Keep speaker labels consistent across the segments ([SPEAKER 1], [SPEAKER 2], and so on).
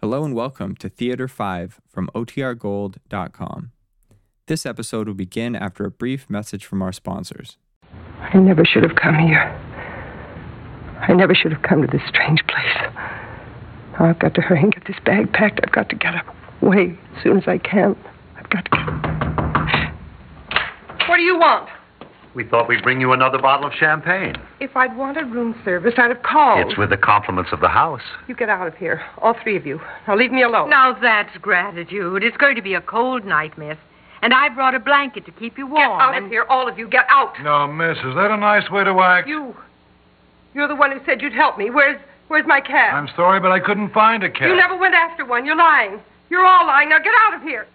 [SPEAKER 1] Hello and welcome to Theater 5 from OTRGold.com. This episode will begin after a brief message from our sponsors.
[SPEAKER 2] I never should have come here. I never should have come to this strange place. Now I've got to hurry and get this bag packed. I've got to get away as soon as I can. I've got to get. What do you want?
[SPEAKER 3] We thought we'd bring you another bottle of champagne.
[SPEAKER 2] If I'd wanted room service, I'd have called.
[SPEAKER 3] It's with the compliments of the house.
[SPEAKER 2] You get out of here, all three of you. Now leave me alone.
[SPEAKER 4] Now that's gratitude. It's going to be a cold night, miss. And I brought a blanket to keep you warm.
[SPEAKER 2] get out
[SPEAKER 4] and-
[SPEAKER 2] of here, all of you. Get out.
[SPEAKER 5] Now, miss, is that a nice way to act?
[SPEAKER 2] You. You're the one who said you'd help me. Where's Where's my cab?
[SPEAKER 5] I'm sorry, but I couldn't find a cat.
[SPEAKER 2] You never went after one. You're lying. You're all lying. Now get out of here.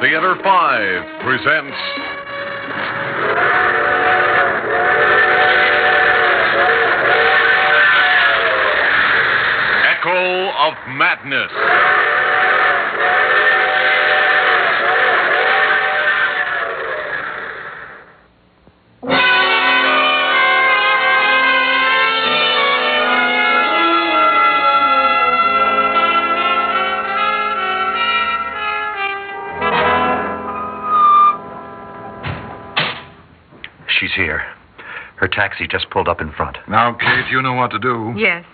[SPEAKER 6] Theater 5 presents. Echo of Madness.
[SPEAKER 3] She's here. Her taxi just pulled up in front.
[SPEAKER 5] Now, Kate, you know what to do.
[SPEAKER 4] Yes.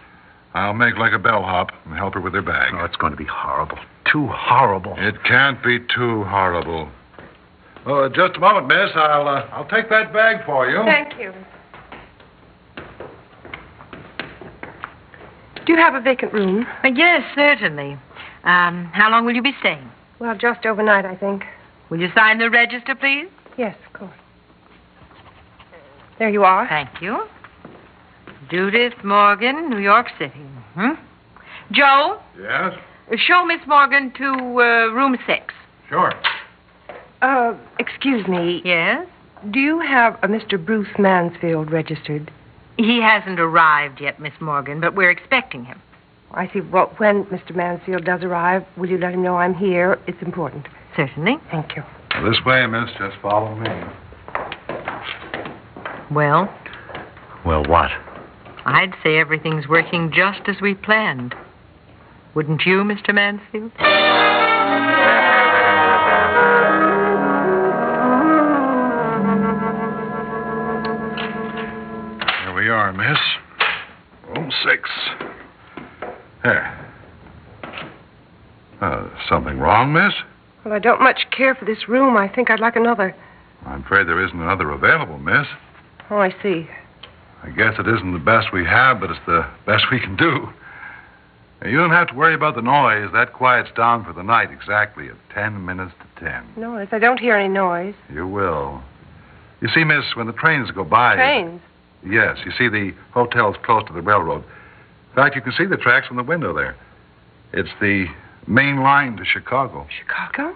[SPEAKER 5] I'll make like a bellhop and help her with her bag.
[SPEAKER 3] Oh, it's going to be horrible. Too horrible.
[SPEAKER 5] It can't be too horrible. Oh, just a moment, miss. I'll uh, I'll take that bag for you.
[SPEAKER 2] Thank you. Do you have a vacant room?
[SPEAKER 4] Uh, yes, certainly. Um, how long will you be staying?
[SPEAKER 2] Well, just overnight, I think.
[SPEAKER 4] Will you sign the register, please?
[SPEAKER 2] Yes, of course. There you are.
[SPEAKER 4] Thank you. Judith Morgan, New York City. Hmm? Joe,
[SPEAKER 5] Yes?
[SPEAKER 4] show Miss Morgan to uh, room six.
[SPEAKER 5] Sure.
[SPEAKER 2] Uh, excuse me.
[SPEAKER 4] Yes?
[SPEAKER 2] Do you have a Mr. Bruce Mansfield registered?
[SPEAKER 4] He hasn't arrived yet, Miss Morgan, but we're expecting him.
[SPEAKER 2] I see. Well, when Mr. Mansfield does arrive, will you let him know I'm here? It's important.
[SPEAKER 4] Certainly.
[SPEAKER 2] Thank you.
[SPEAKER 5] This way, miss. Just follow me.
[SPEAKER 4] Well,
[SPEAKER 3] Well, what?
[SPEAKER 4] I'd say everything's working just as we planned. Wouldn't you, Mr. Mansfield?
[SPEAKER 5] Here we are, miss. Room six. There. Uh, something wrong, miss?
[SPEAKER 2] Well, I don't much care for this room. I think I'd like another.
[SPEAKER 5] I'm afraid there isn't another available, miss.
[SPEAKER 2] Oh, I see.
[SPEAKER 5] I guess it isn't the best we have, but it's the best we can do. Now, You don't have to worry about the noise. That quiets down for the night exactly at ten minutes to ten.
[SPEAKER 2] Noise. I don't hear any noise.
[SPEAKER 5] You will. You see, miss, when the trains go by.
[SPEAKER 2] Trains.
[SPEAKER 5] Yes, you see, the hotel's close to the railroad. In fact, you can see the tracks from the window there. It's the main line to Chicago.
[SPEAKER 2] Chicago?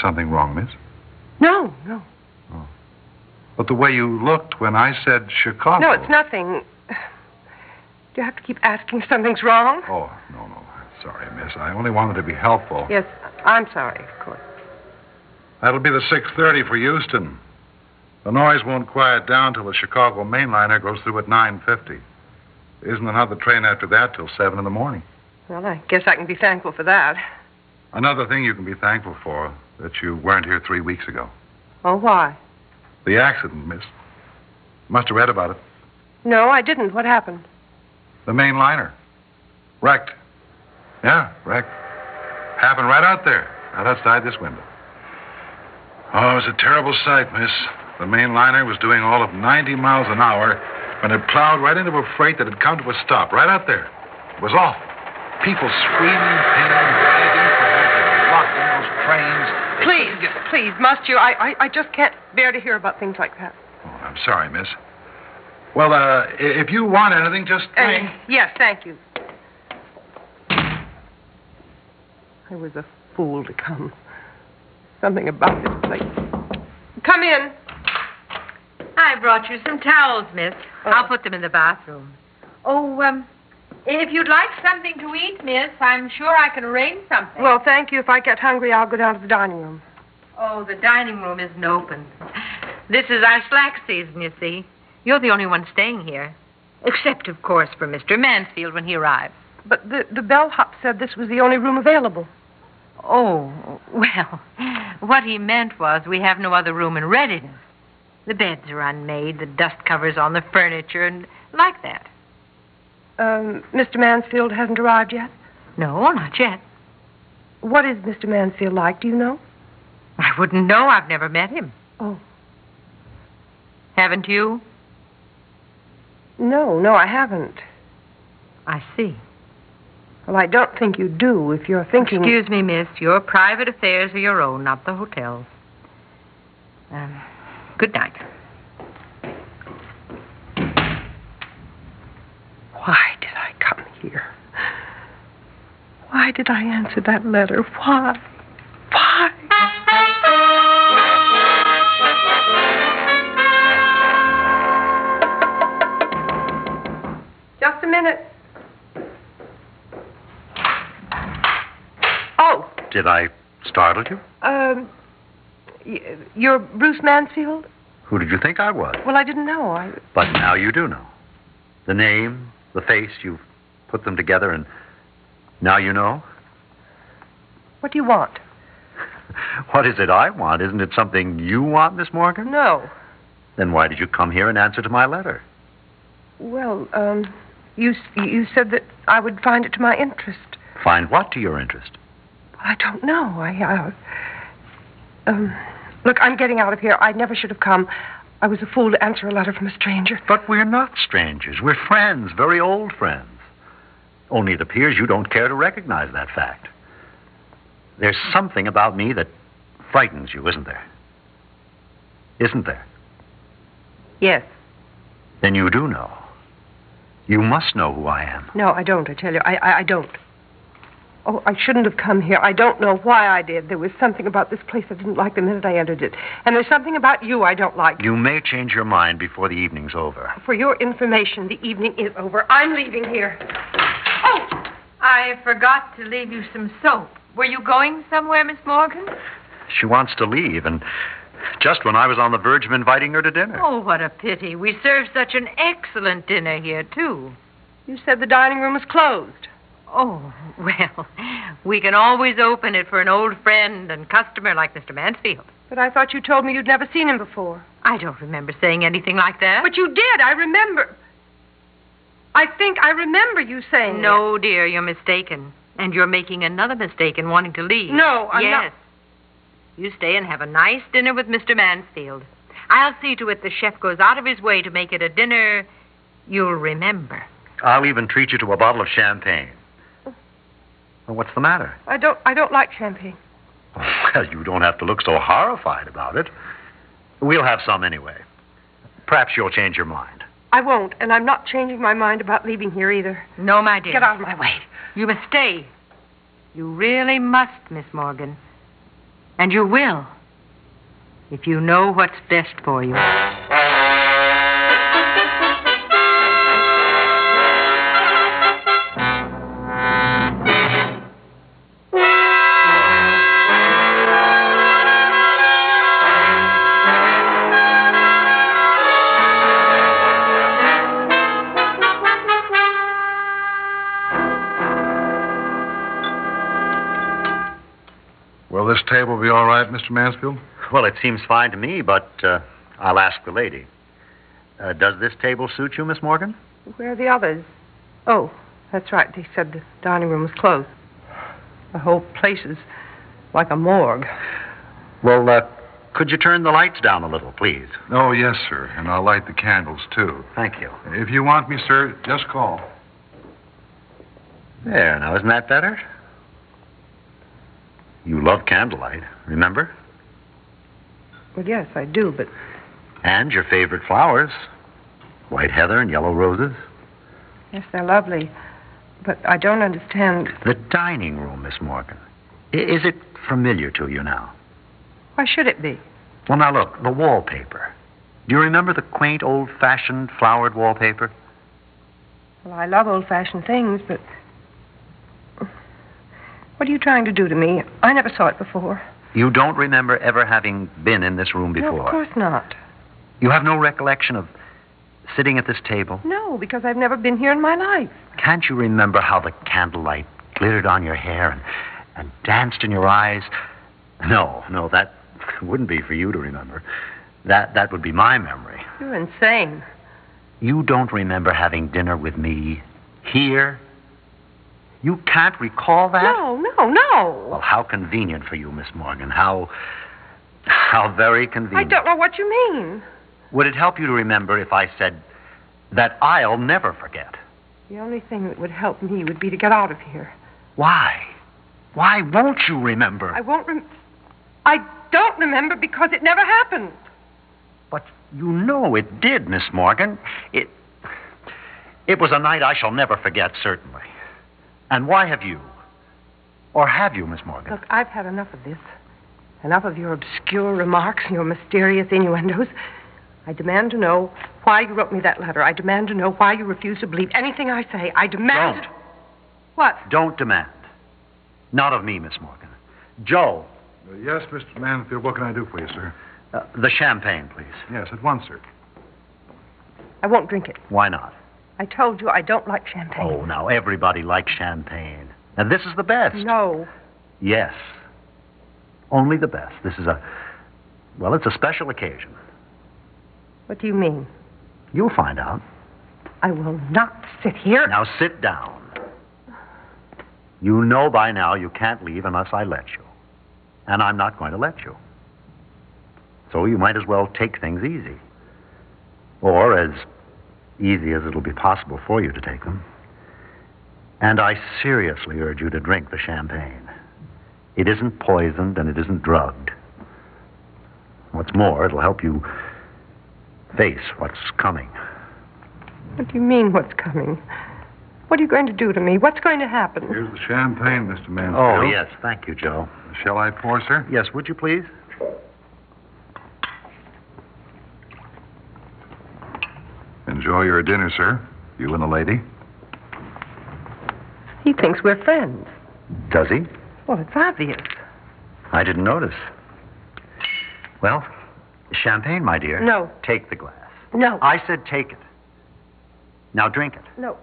[SPEAKER 5] Something wrong, miss?
[SPEAKER 2] No, no.
[SPEAKER 5] But the way you looked when I said Chicago.
[SPEAKER 2] No, it's nothing. Do you have to keep asking if something's wrong?
[SPEAKER 5] Oh, no, no. Sorry, miss. I only wanted to be helpful.
[SPEAKER 2] Yes, I'm sorry, of course.
[SPEAKER 5] That'll be the 6:30 for Houston. The noise won't quiet down till the Chicago mainliner goes through at 9:50. There isn't another train after that till 7 in the morning.
[SPEAKER 2] Well, I guess I can be thankful for that.
[SPEAKER 5] Another thing you can be thankful for that you weren't here 3 weeks ago.
[SPEAKER 2] Oh, why?
[SPEAKER 5] The accident, miss. Must have read about it.
[SPEAKER 2] No, I didn't. What happened?
[SPEAKER 5] The mainliner. Wrecked. Yeah, wrecked. Happened right out there, right outside this window. Oh, it was a terrible sight, miss. The mainliner was doing all of 90 miles an hour when it plowed right into a freight that had come to a stop right out there. It was awful. People screaming, painting, begging for help. They were locked in those trains. They
[SPEAKER 2] Please,
[SPEAKER 5] couldn't get-
[SPEAKER 2] please, must you? I, I, I just can't bear to hear about things like that.
[SPEAKER 5] Oh, I'm sorry, miss. Well, uh, i- if you want anything, just
[SPEAKER 2] Uh,
[SPEAKER 5] ring.
[SPEAKER 2] yes, thank you. I was a fool to come. Something about this place. Come in.
[SPEAKER 4] I brought you some towels, miss. I'll put them in the bathroom. Oh, um, if you'd like something to eat, miss, I'm sure I can arrange something.
[SPEAKER 2] Well, thank you. If I get hungry, I'll go down to the dining room.
[SPEAKER 4] oh, the dining room isn't open. This is our slack season, you see. You're the only one staying here. Except, of course, for Mr. Mansfield when he arrives.
[SPEAKER 2] But the, the bellhop said this was the only room available.
[SPEAKER 4] Oh, well, what he meant was we have no other room in readiness. The beds are unmade, the dust covers on the furniture, and like that.
[SPEAKER 2] Um, Mr. Mansfield hasn't arrived yet.
[SPEAKER 4] No, not yet.
[SPEAKER 2] What is Mr. Mansfield like? Do you know?
[SPEAKER 4] I wouldn't know. I've never met him.
[SPEAKER 2] Oh.
[SPEAKER 4] Haven't you?
[SPEAKER 2] No, no, I haven't.
[SPEAKER 4] I see.
[SPEAKER 2] Well, I don't think you do if you're thinking.
[SPEAKER 4] Excuse me, miss. Your private affairs are your own, not the hotel's. Um, good night.
[SPEAKER 2] Why did I come here? Why did I answer that letter? Why? Why? Just a minute. Oh,
[SPEAKER 3] Did I startle you?
[SPEAKER 2] um, y- you're Bruce Mansfield?
[SPEAKER 3] Who did you think I was?
[SPEAKER 2] Well, I didn't know. I
[SPEAKER 3] But now you do know. The name, the face, you've put them together, and now you know.
[SPEAKER 2] what do you want?
[SPEAKER 3] What is it I want? Isn't it something you want, Miss Morgan?
[SPEAKER 2] No.
[SPEAKER 3] Then why did you come here in answer to my letter?
[SPEAKER 2] Well, um, you s- you said that I would find it to my interest.
[SPEAKER 3] Find what to your interest?
[SPEAKER 2] I don't know. I, I um, look, I'm getting out of here. I never should have come. I was a fool to answer a letter from a stranger.
[SPEAKER 3] But we're not strangers. We're friends, very old friends. Only it appears you don't care to recognize that fact. There's something about me that frightens you, isn't there? Isn't there?
[SPEAKER 2] Yes.
[SPEAKER 3] Then you do know. You must know who I am.
[SPEAKER 2] No, I don't. I tell you, I, I I don't. Oh, I shouldn't have come here. I don't know why I did. There was something about this place I didn't like the minute I entered it, and there's something about you I don't like.
[SPEAKER 3] You may change your mind before the evening's over.
[SPEAKER 2] For your information, the evening is over. I'm leaving here.
[SPEAKER 4] Oh, I forgot to leave you some soap. Were you going somewhere, Miss Morgan?
[SPEAKER 3] She wants to leave, and just when I was on the verge of inviting her to dinner.
[SPEAKER 4] Oh, what a pity. We serve such an excellent dinner here, too.
[SPEAKER 2] You said the dining room was closed.
[SPEAKER 4] Oh, well, we can always open it for an old friend and customer like Mr. Mansfield.
[SPEAKER 2] But I thought you told me you'd never seen him before.
[SPEAKER 4] I don't remember saying anything like that.
[SPEAKER 2] But you did. I remember. I think I remember you saying
[SPEAKER 4] No, dear, you're mistaken. And you're making another mistake in wanting to leave.
[SPEAKER 2] No, I'm not-
[SPEAKER 4] yes. You stay and have a nice dinner with Mr. Mansfield. I'll see to it the chef goes out of his way to make it a dinner you'll remember.
[SPEAKER 3] I'll even treat you to a bottle of champagne. Well, what's the matter?
[SPEAKER 2] that. I don't. I don't like champagne.
[SPEAKER 3] Well, you don't have to look so horrified about it. We'll have some anyway. Perhaps you'll change your mind.
[SPEAKER 2] I won't, and I'm not changing my mind about leaving here either.
[SPEAKER 4] No, my dear.
[SPEAKER 2] Get out of my way.
[SPEAKER 4] You must stay. You really must, Miss Morgan. And you will. If you know what's best for you.
[SPEAKER 5] Will this table be all right, Mr. Mansfield?
[SPEAKER 3] Well, it seems fine to me, but uh, I'll ask the lady. Uh, does this table suit you, Miss Morgan?
[SPEAKER 2] Where are the others? Oh, that's right. They said the dining room was closed. The whole place is like a morgue.
[SPEAKER 3] Well, uh, could you turn the lights down a little, please?
[SPEAKER 5] Oh, yes, sir. And I'll light the candles, too.
[SPEAKER 3] Thank you.
[SPEAKER 5] If you want me, sir, just call.
[SPEAKER 3] There, now, isn't that better? You love candlelight, remember?
[SPEAKER 2] Well, yes, I do, but
[SPEAKER 3] And your favorite flowers white heather and yellow roses.
[SPEAKER 2] yes, they're lovely. But I don't understand.
[SPEAKER 3] The dining room, Miss Morgan. I- Is it familiar to you now?
[SPEAKER 2] Why should it be?
[SPEAKER 3] Well, now look, the wallpaper. Do you remember the quaint, old fashioned flowered wallpaper?
[SPEAKER 2] Well, I love old fashioned things, but. What are you trying to do to me? I never saw it before.
[SPEAKER 3] You don't remember ever having been in this room before.
[SPEAKER 2] No, of course not.
[SPEAKER 3] You have no recollection of sitting at this table?
[SPEAKER 2] No, because I've never been here in my life.
[SPEAKER 3] Can't you remember how the candlelight glittered on your hair and, and danced in your eyes? No, no, that wouldn't be for you to remember. That, that would be my memory.
[SPEAKER 2] You're insane.
[SPEAKER 3] You don't remember having dinner with me here? You can't recall that?
[SPEAKER 2] No, no, no.
[SPEAKER 3] Well, how convenient for you, Miss Morgan. How. How very
[SPEAKER 2] I
[SPEAKER 3] convenient.
[SPEAKER 2] don't know what you mean.
[SPEAKER 3] Would it help you to remember if I said that I'll never forget?
[SPEAKER 2] The only thing that would help me would be to get out of here.
[SPEAKER 3] Why? Why won't you remember?
[SPEAKER 2] I won't rem. I don't remember because it never happened.
[SPEAKER 3] But you know it did, Miss Morgan. It. It was a night I shall never forget, certainly. And why have you? Or have you, Miss Morgan?
[SPEAKER 2] Look, I've had enough of this. Enough of your obscure remarks and your mysterious innuendos. I demand to know why you wrote me that letter. I demand to know why you refuse to believe anything I say. I demand.
[SPEAKER 3] Don't.
[SPEAKER 2] What?
[SPEAKER 3] Don't demand. Not of me, Miss Morgan. Joe,
[SPEAKER 5] Yes, Mr. Manfield, what can I do for you, sir?
[SPEAKER 3] uh, the champagne, please.
[SPEAKER 5] Yes, at once, sir.
[SPEAKER 2] I won't drink it.
[SPEAKER 3] Why not?
[SPEAKER 2] I told you I don't like champagne.
[SPEAKER 3] Oh, now everybody likes champagne. And this is
[SPEAKER 2] Oh.
[SPEAKER 3] the best.
[SPEAKER 2] No.
[SPEAKER 3] Yes. Only the best. This is a. Well, it's a special occasion.
[SPEAKER 2] What do you mean?
[SPEAKER 3] You'll find out.
[SPEAKER 2] I will not sit here.
[SPEAKER 3] Now sit down. You know by now you can't leave unless I let you. And I'm not going to let you. So you might as well take things easy. Or as easy as it'll be possible for you to take them. And I seriously urge you to drink the champagne. It isn't poisoned and it isn't drugged. What's more, it'll help you face what's coming.
[SPEAKER 2] What do you mean, what's coming? What are you going to do to me? What's going to happen?
[SPEAKER 5] Here's the champagne, Mr. Manfield.
[SPEAKER 3] Oh, yes. Thank you, Joe.
[SPEAKER 5] Shall I pour, sir?
[SPEAKER 3] Yes, would you please?
[SPEAKER 5] Enjoy your dinner, sir. You and the lady.
[SPEAKER 2] He thinks we're friends.
[SPEAKER 3] Does he?
[SPEAKER 2] Well, it's obvious.
[SPEAKER 3] I didn't notice. Well, champagne, my dear.
[SPEAKER 2] No.
[SPEAKER 3] Take the glass.
[SPEAKER 2] No.
[SPEAKER 3] I said take it. Now drink it.
[SPEAKER 2] No.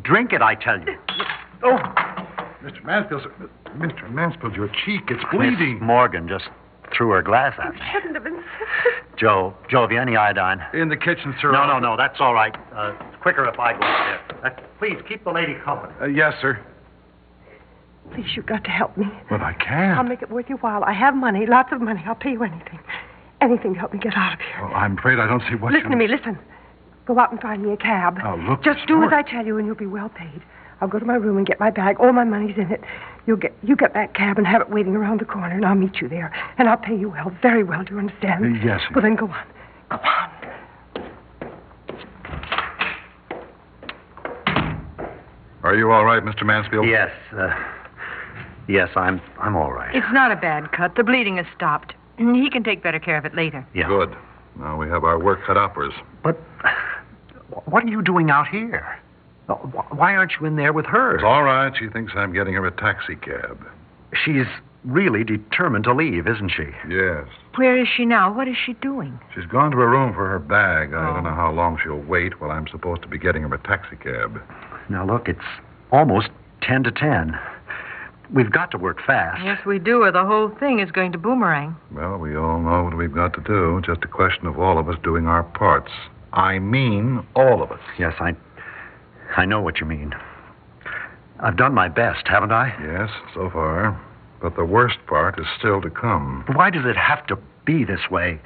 [SPEAKER 3] Drink it, I tell you.
[SPEAKER 5] Oh! Mr. Mansfield, sir. Mr. Mansfield, your cheek, it's
[SPEAKER 3] Miss Morgan just threw her glass
[SPEAKER 2] You
[SPEAKER 3] at me.
[SPEAKER 2] shouldn't have insisted.
[SPEAKER 3] Joe, Joe, have you any iodine?
[SPEAKER 5] In the kitchen, sir.
[SPEAKER 3] No, no, no, that's all right. Uh, quicker if I go up there. Uh, please, keep the lady company.
[SPEAKER 5] Uh, yes, sir.
[SPEAKER 2] Please, you've got to help me.
[SPEAKER 5] But I can't.
[SPEAKER 2] I'll make it worth your while. I have money, lots of money. I'll pay you anything. Anything to help me get out of here.
[SPEAKER 5] Well, I'm afraid I don't see what
[SPEAKER 2] listen to me,
[SPEAKER 5] you...
[SPEAKER 2] listen. Go out and find me a cab.
[SPEAKER 5] Now, Oh, look,
[SPEAKER 2] Just
[SPEAKER 5] Miss
[SPEAKER 2] do as
[SPEAKER 5] Morgan.
[SPEAKER 2] I tell you, and you'll be well paid. I'll go to my room and get my bag. All my money's in it. You'll get you get that cab and have it waiting around the corner, and I'll meet you there. And I'll pay you well, very well. Do you understand?
[SPEAKER 5] Uh, yes, sir.
[SPEAKER 2] Well, then go on. Go on.
[SPEAKER 5] Are you all right, Mr. Mansfield?
[SPEAKER 3] Yes, uh, yes, I'm, I'm all right.
[SPEAKER 4] It's not a bad cut. The bleeding has stopped. He can take better care of it later.
[SPEAKER 3] Yeah.
[SPEAKER 5] Good. Now we have our work cut out for us.
[SPEAKER 3] But uh, what are you doing out here? Uh, wh- Why aren't you in there with her?
[SPEAKER 5] It's all right. She thinks I'm getting her a taxi cab.
[SPEAKER 3] She's really determined to leave, isn't she?
[SPEAKER 5] Yes.
[SPEAKER 4] Where is she now? What is she doing?
[SPEAKER 5] She's gone to her room for her bag. I don't know how long she'll wait while I'm supposed to be getting her a taxi cab.
[SPEAKER 3] Now, look, it's almost 10 to 10. We've got to work fast.
[SPEAKER 4] Yes, we do, or the whole thing is going to boomerang.
[SPEAKER 5] Well, we all know what we've got to do. Just a question of all of us doing our parts. I mean, all of us.
[SPEAKER 3] Yes, I, I know what you mean. I've done my best, haven't I?
[SPEAKER 5] Yes, so far. But the worst part is still to come.
[SPEAKER 3] Why does it have to be this way?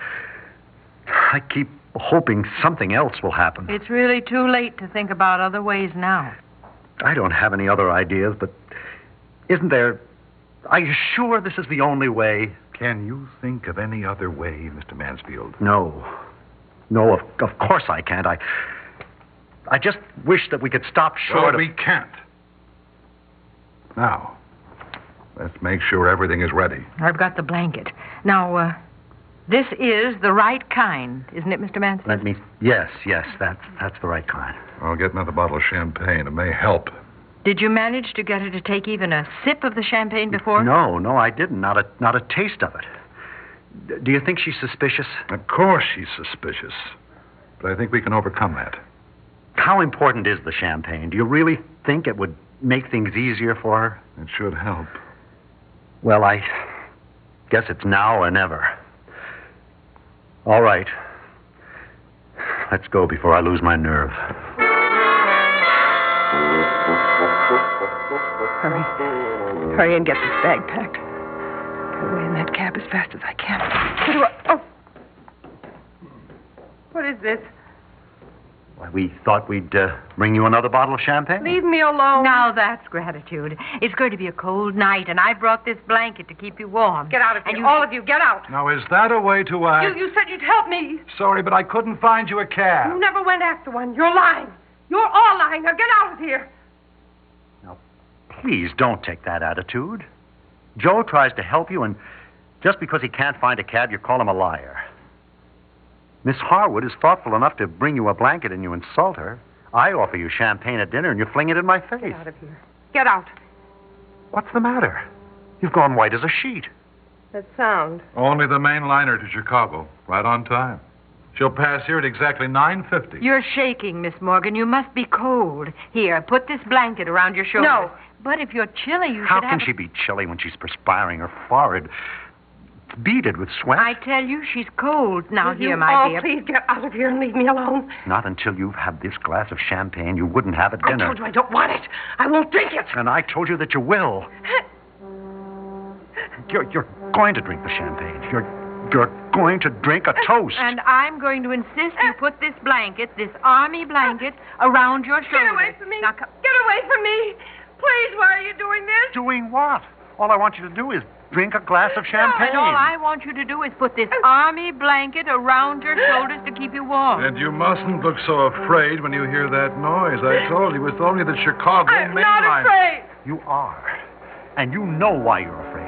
[SPEAKER 3] I keep hoping something else will happen.
[SPEAKER 4] It's really too late to think about other ways now.
[SPEAKER 3] I don't have any other ideas, but isn't there. Are you sure this is the only way?
[SPEAKER 5] Can you think of any other way, Mr. Mansfield?
[SPEAKER 3] No. No, of, of course I can't. I. I just wish that we could stop short
[SPEAKER 5] Well,
[SPEAKER 3] of.
[SPEAKER 5] we can't. Now, Let's make sure everything is ready.
[SPEAKER 4] I've got the blanket. Now, uh, this is the right kind, isn't it, Mr. Mansfield?
[SPEAKER 3] Let me. Yes, yes, that's that's the right kind.
[SPEAKER 5] I'll get another bottle of champagne. It may help.
[SPEAKER 4] Did you manage to get her to take even a sip of the champagne before?
[SPEAKER 3] No, no, I didn't. Not a not a taste of it. D- do you think she's suspicious?
[SPEAKER 5] Of course she's suspicious, but I think we can overcome that.
[SPEAKER 3] How important is the champagne? Do you really think it would make things easier for her?
[SPEAKER 5] It should help.
[SPEAKER 3] Well, I guess it's now or never. All right. Let's go before I lose my nerve.
[SPEAKER 2] Hurry. Hurry and get this bag packed. Get away in that cab as fast as I can. Get away. Oh,
[SPEAKER 4] What is this?
[SPEAKER 3] Why, We thought we'd uh, bring you another bottle of champagne.
[SPEAKER 2] leave me alone.
[SPEAKER 4] Now that's gratitude. It's going to be a cold night, and I brought this blanket to keep you warm.
[SPEAKER 2] Get out of
[SPEAKER 4] And
[SPEAKER 2] here.
[SPEAKER 4] you-
[SPEAKER 2] All of you, get out.
[SPEAKER 5] Now, is that a way to act?
[SPEAKER 2] You, you said you'd help me.
[SPEAKER 5] Sorry, but I couldn't find you a
[SPEAKER 2] You
[SPEAKER 5] cab.
[SPEAKER 2] never went after one. You're lying. You're all lying. Now get out of here.
[SPEAKER 3] Please don't take that attitude. Joe tries to help you, and just because he can't find a cab, you call him a liar. Miss Harwood is thoughtful enough to bring you a blanket and you insult her. I offer you champagne at dinner and you fling it in my face.
[SPEAKER 2] Get out of here. Get out.
[SPEAKER 3] What's the matter? You've gone white as a sheet.
[SPEAKER 2] That sound.
[SPEAKER 5] Only the main liner to Chicago, right on time. She'll pass here at exactly 9.50.
[SPEAKER 4] You're shaking, Miss Morgan. You must be cold. Here, put this blanket around your shoulders.
[SPEAKER 2] No.
[SPEAKER 4] But if you're chilly, you
[SPEAKER 3] How
[SPEAKER 4] should
[SPEAKER 3] can
[SPEAKER 4] have.
[SPEAKER 3] she be chilly when she's perspiring her forehead, beaded with sweat?
[SPEAKER 4] I tell you, she's cold. Now,
[SPEAKER 2] Will
[SPEAKER 4] here,
[SPEAKER 2] you
[SPEAKER 4] my
[SPEAKER 2] all
[SPEAKER 4] dear.
[SPEAKER 2] please get out of here and leave me alone.
[SPEAKER 3] Not until you've had this glass of champagne you wouldn't have at
[SPEAKER 2] I
[SPEAKER 3] dinner.
[SPEAKER 2] told you I don't want it. I won't drink it.
[SPEAKER 3] And I told you that you will. You're, you're going to drink the champagne. You're, you're going to drink a toast.
[SPEAKER 4] And I'm going to insist
[SPEAKER 2] Uh,
[SPEAKER 4] you put this blanket, this army blanket, around your shoulders.
[SPEAKER 2] Get away from me.
[SPEAKER 4] Now, come-
[SPEAKER 2] Get away from me. Please, why are you doing this?
[SPEAKER 3] Doing what? All I want you to do is drink a glass of champagne.
[SPEAKER 4] And all I want you to do is put
[SPEAKER 2] Uh.
[SPEAKER 4] this army blanket around your shoulders to keep you warm.
[SPEAKER 5] And you mustn't look so afraid when you hear that noise. I told you, it's only the Chicago
[SPEAKER 2] I'm
[SPEAKER 5] main
[SPEAKER 2] not
[SPEAKER 5] line.
[SPEAKER 2] afraid.
[SPEAKER 3] You are. And you know why you're afraid.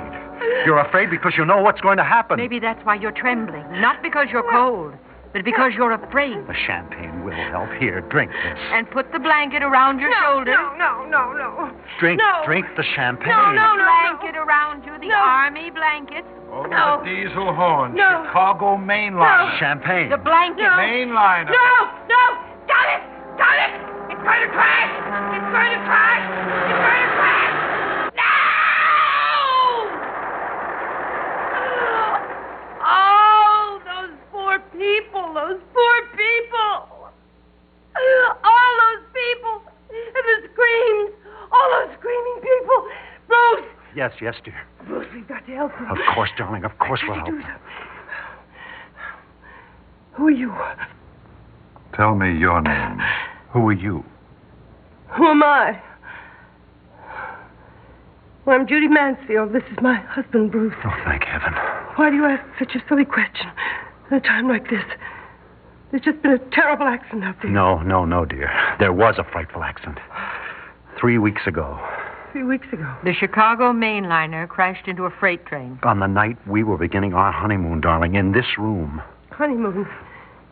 [SPEAKER 3] You're afraid because you know what's going to happen.
[SPEAKER 4] Maybe that's why you're trembling. Not because you're cold, but because you're afraid.
[SPEAKER 3] The champagne will help. Here, drink this.
[SPEAKER 4] And put the blanket around your
[SPEAKER 2] no,
[SPEAKER 4] shoulders.
[SPEAKER 2] No, no, no, no.
[SPEAKER 3] Drink,
[SPEAKER 2] no.
[SPEAKER 3] drink the champagne.
[SPEAKER 2] No, no, no.
[SPEAKER 4] Blanket around you, the
[SPEAKER 2] No.
[SPEAKER 4] army blanket.
[SPEAKER 3] Oh,
[SPEAKER 5] Over
[SPEAKER 2] No.
[SPEAKER 5] the diesel horn,
[SPEAKER 2] No.
[SPEAKER 5] Chicago main line.
[SPEAKER 3] Champagne.
[SPEAKER 4] The blanket.
[SPEAKER 2] No.
[SPEAKER 5] Main line.
[SPEAKER 2] No, no. Got it. Got it. It's going to crash. It's going to crash. It's going to crash. No!
[SPEAKER 4] Oh, those poor people, those poor people. All those people. And the screams. All those screaming people. Bruce.
[SPEAKER 3] Yes, yes, dear.
[SPEAKER 2] Bruce, we've got to help him.
[SPEAKER 3] Of course, darling. Of course we'll help.
[SPEAKER 2] do Who are you?
[SPEAKER 5] Tell me your name. Who are you?
[SPEAKER 2] Who am I? Well, I'm Judy Mansfield. This is my husband, Bruce.
[SPEAKER 3] Oh, thank heaven.
[SPEAKER 2] Why do you ask such a silly question at a time like this? There's just been a terrible accident out there.
[SPEAKER 3] No, no, no, dear. There was a frightful accident. Three weeks ago,
[SPEAKER 2] Three weeks ago.
[SPEAKER 4] The Chicago mainliner crashed into a freight train.
[SPEAKER 3] on the night we were beginning our honeymoon, darling, in this room,
[SPEAKER 2] Honeymoon.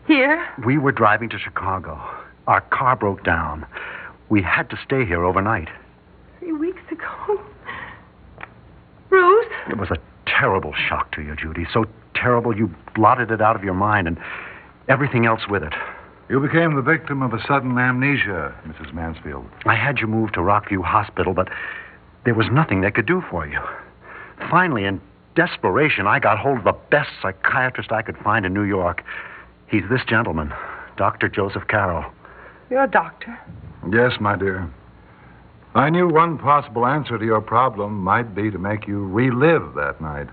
[SPEAKER 2] Here?
[SPEAKER 3] we were driving to Chicago. Our car broke down. We had to stay here overnight.
[SPEAKER 2] Three weeks ago? Bruce?
[SPEAKER 3] It was a terrible shock to you, Judy. So terrible you blotted it out of your mind and everything else with it.
[SPEAKER 5] You became the victim of a sudden amnesia, Mrs. Mansfield.
[SPEAKER 3] I had you moved to Rockview Hospital, but there was nothing they could do for you. Finally, in desperation, I got hold of the best psychiatrist I could find in New York. He's this gentleman, Dr. Joseph Carroll.
[SPEAKER 2] You're a doctor.
[SPEAKER 5] Yes, my dear. I knew one possible answer to your problem might be to make you relive that night.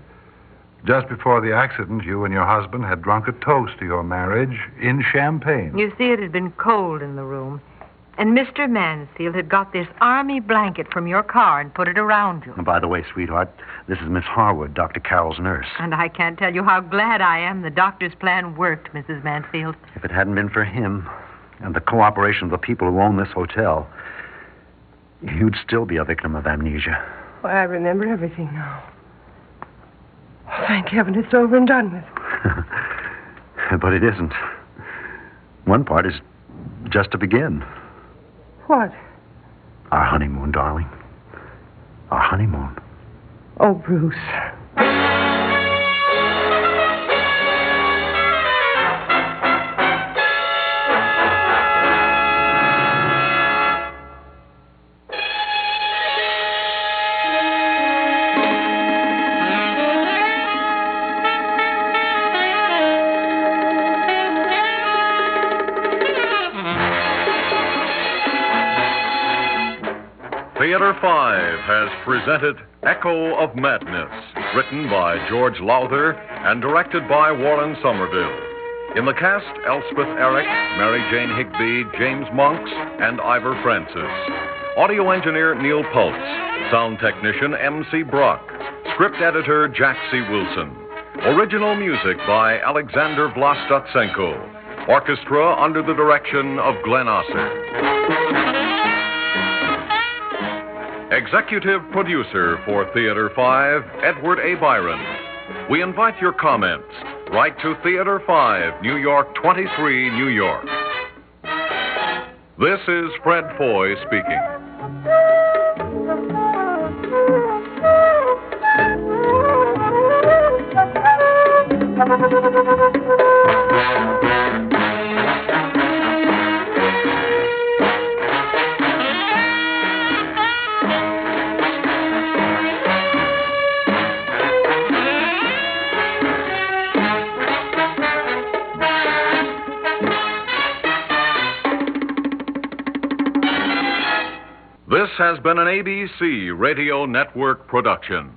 [SPEAKER 5] Just before the accident, you and your husband had drunk a toast to your marriage in champagne.
[SPEAKER 4] You see, it had been cold in the room. And Mr. Mansfield had got this army blanket from your car and put it around you.
[SPEAKER 3] And by the way, sweetheart, this is Miss Harwood, Dr. Carroll's nurse.
[SPEAKER 4] And I can't tell you how glad I am the doctor's plan worked, Mrs. Mansfield.
[SPEAKER 3] If it hadn't been for him and the cooperation of the people who own this hotel, you'd still be a victim of amnesia.
[SPEAKER 2] Why, I remember everything now. Oh, thank heaven it's over and done with.
[SPEAKER 3] but it isn't. One part is just to begin.
[SPEAKER 2] What?
[SPEAKER 3] Our honeymoon, darling. Our honeymoon.
[SPEAKER 2] Oh, Bruce.
[SPEAKER 6] Theater 5 has presented Echo of Madness, written by George Lowther and directed by Warren Somerville. In the cast, Elspeth Eric, Mary Jane Higby, James Monks, and Ivor Francis. Audio engineer Neil Pultz. Sound technician M.C. Brock. Script editor Jack C. Wilson. Original music by Alexander Vlastotsenko. Orchestra under the direction of Glenn Osser. Executive producer for Theater 5, Edward A. Byron. We invite your comments. Write to Theater 5, New York 23, New York. This is Fred Foy speaking. This has been an ABC Radio Network production.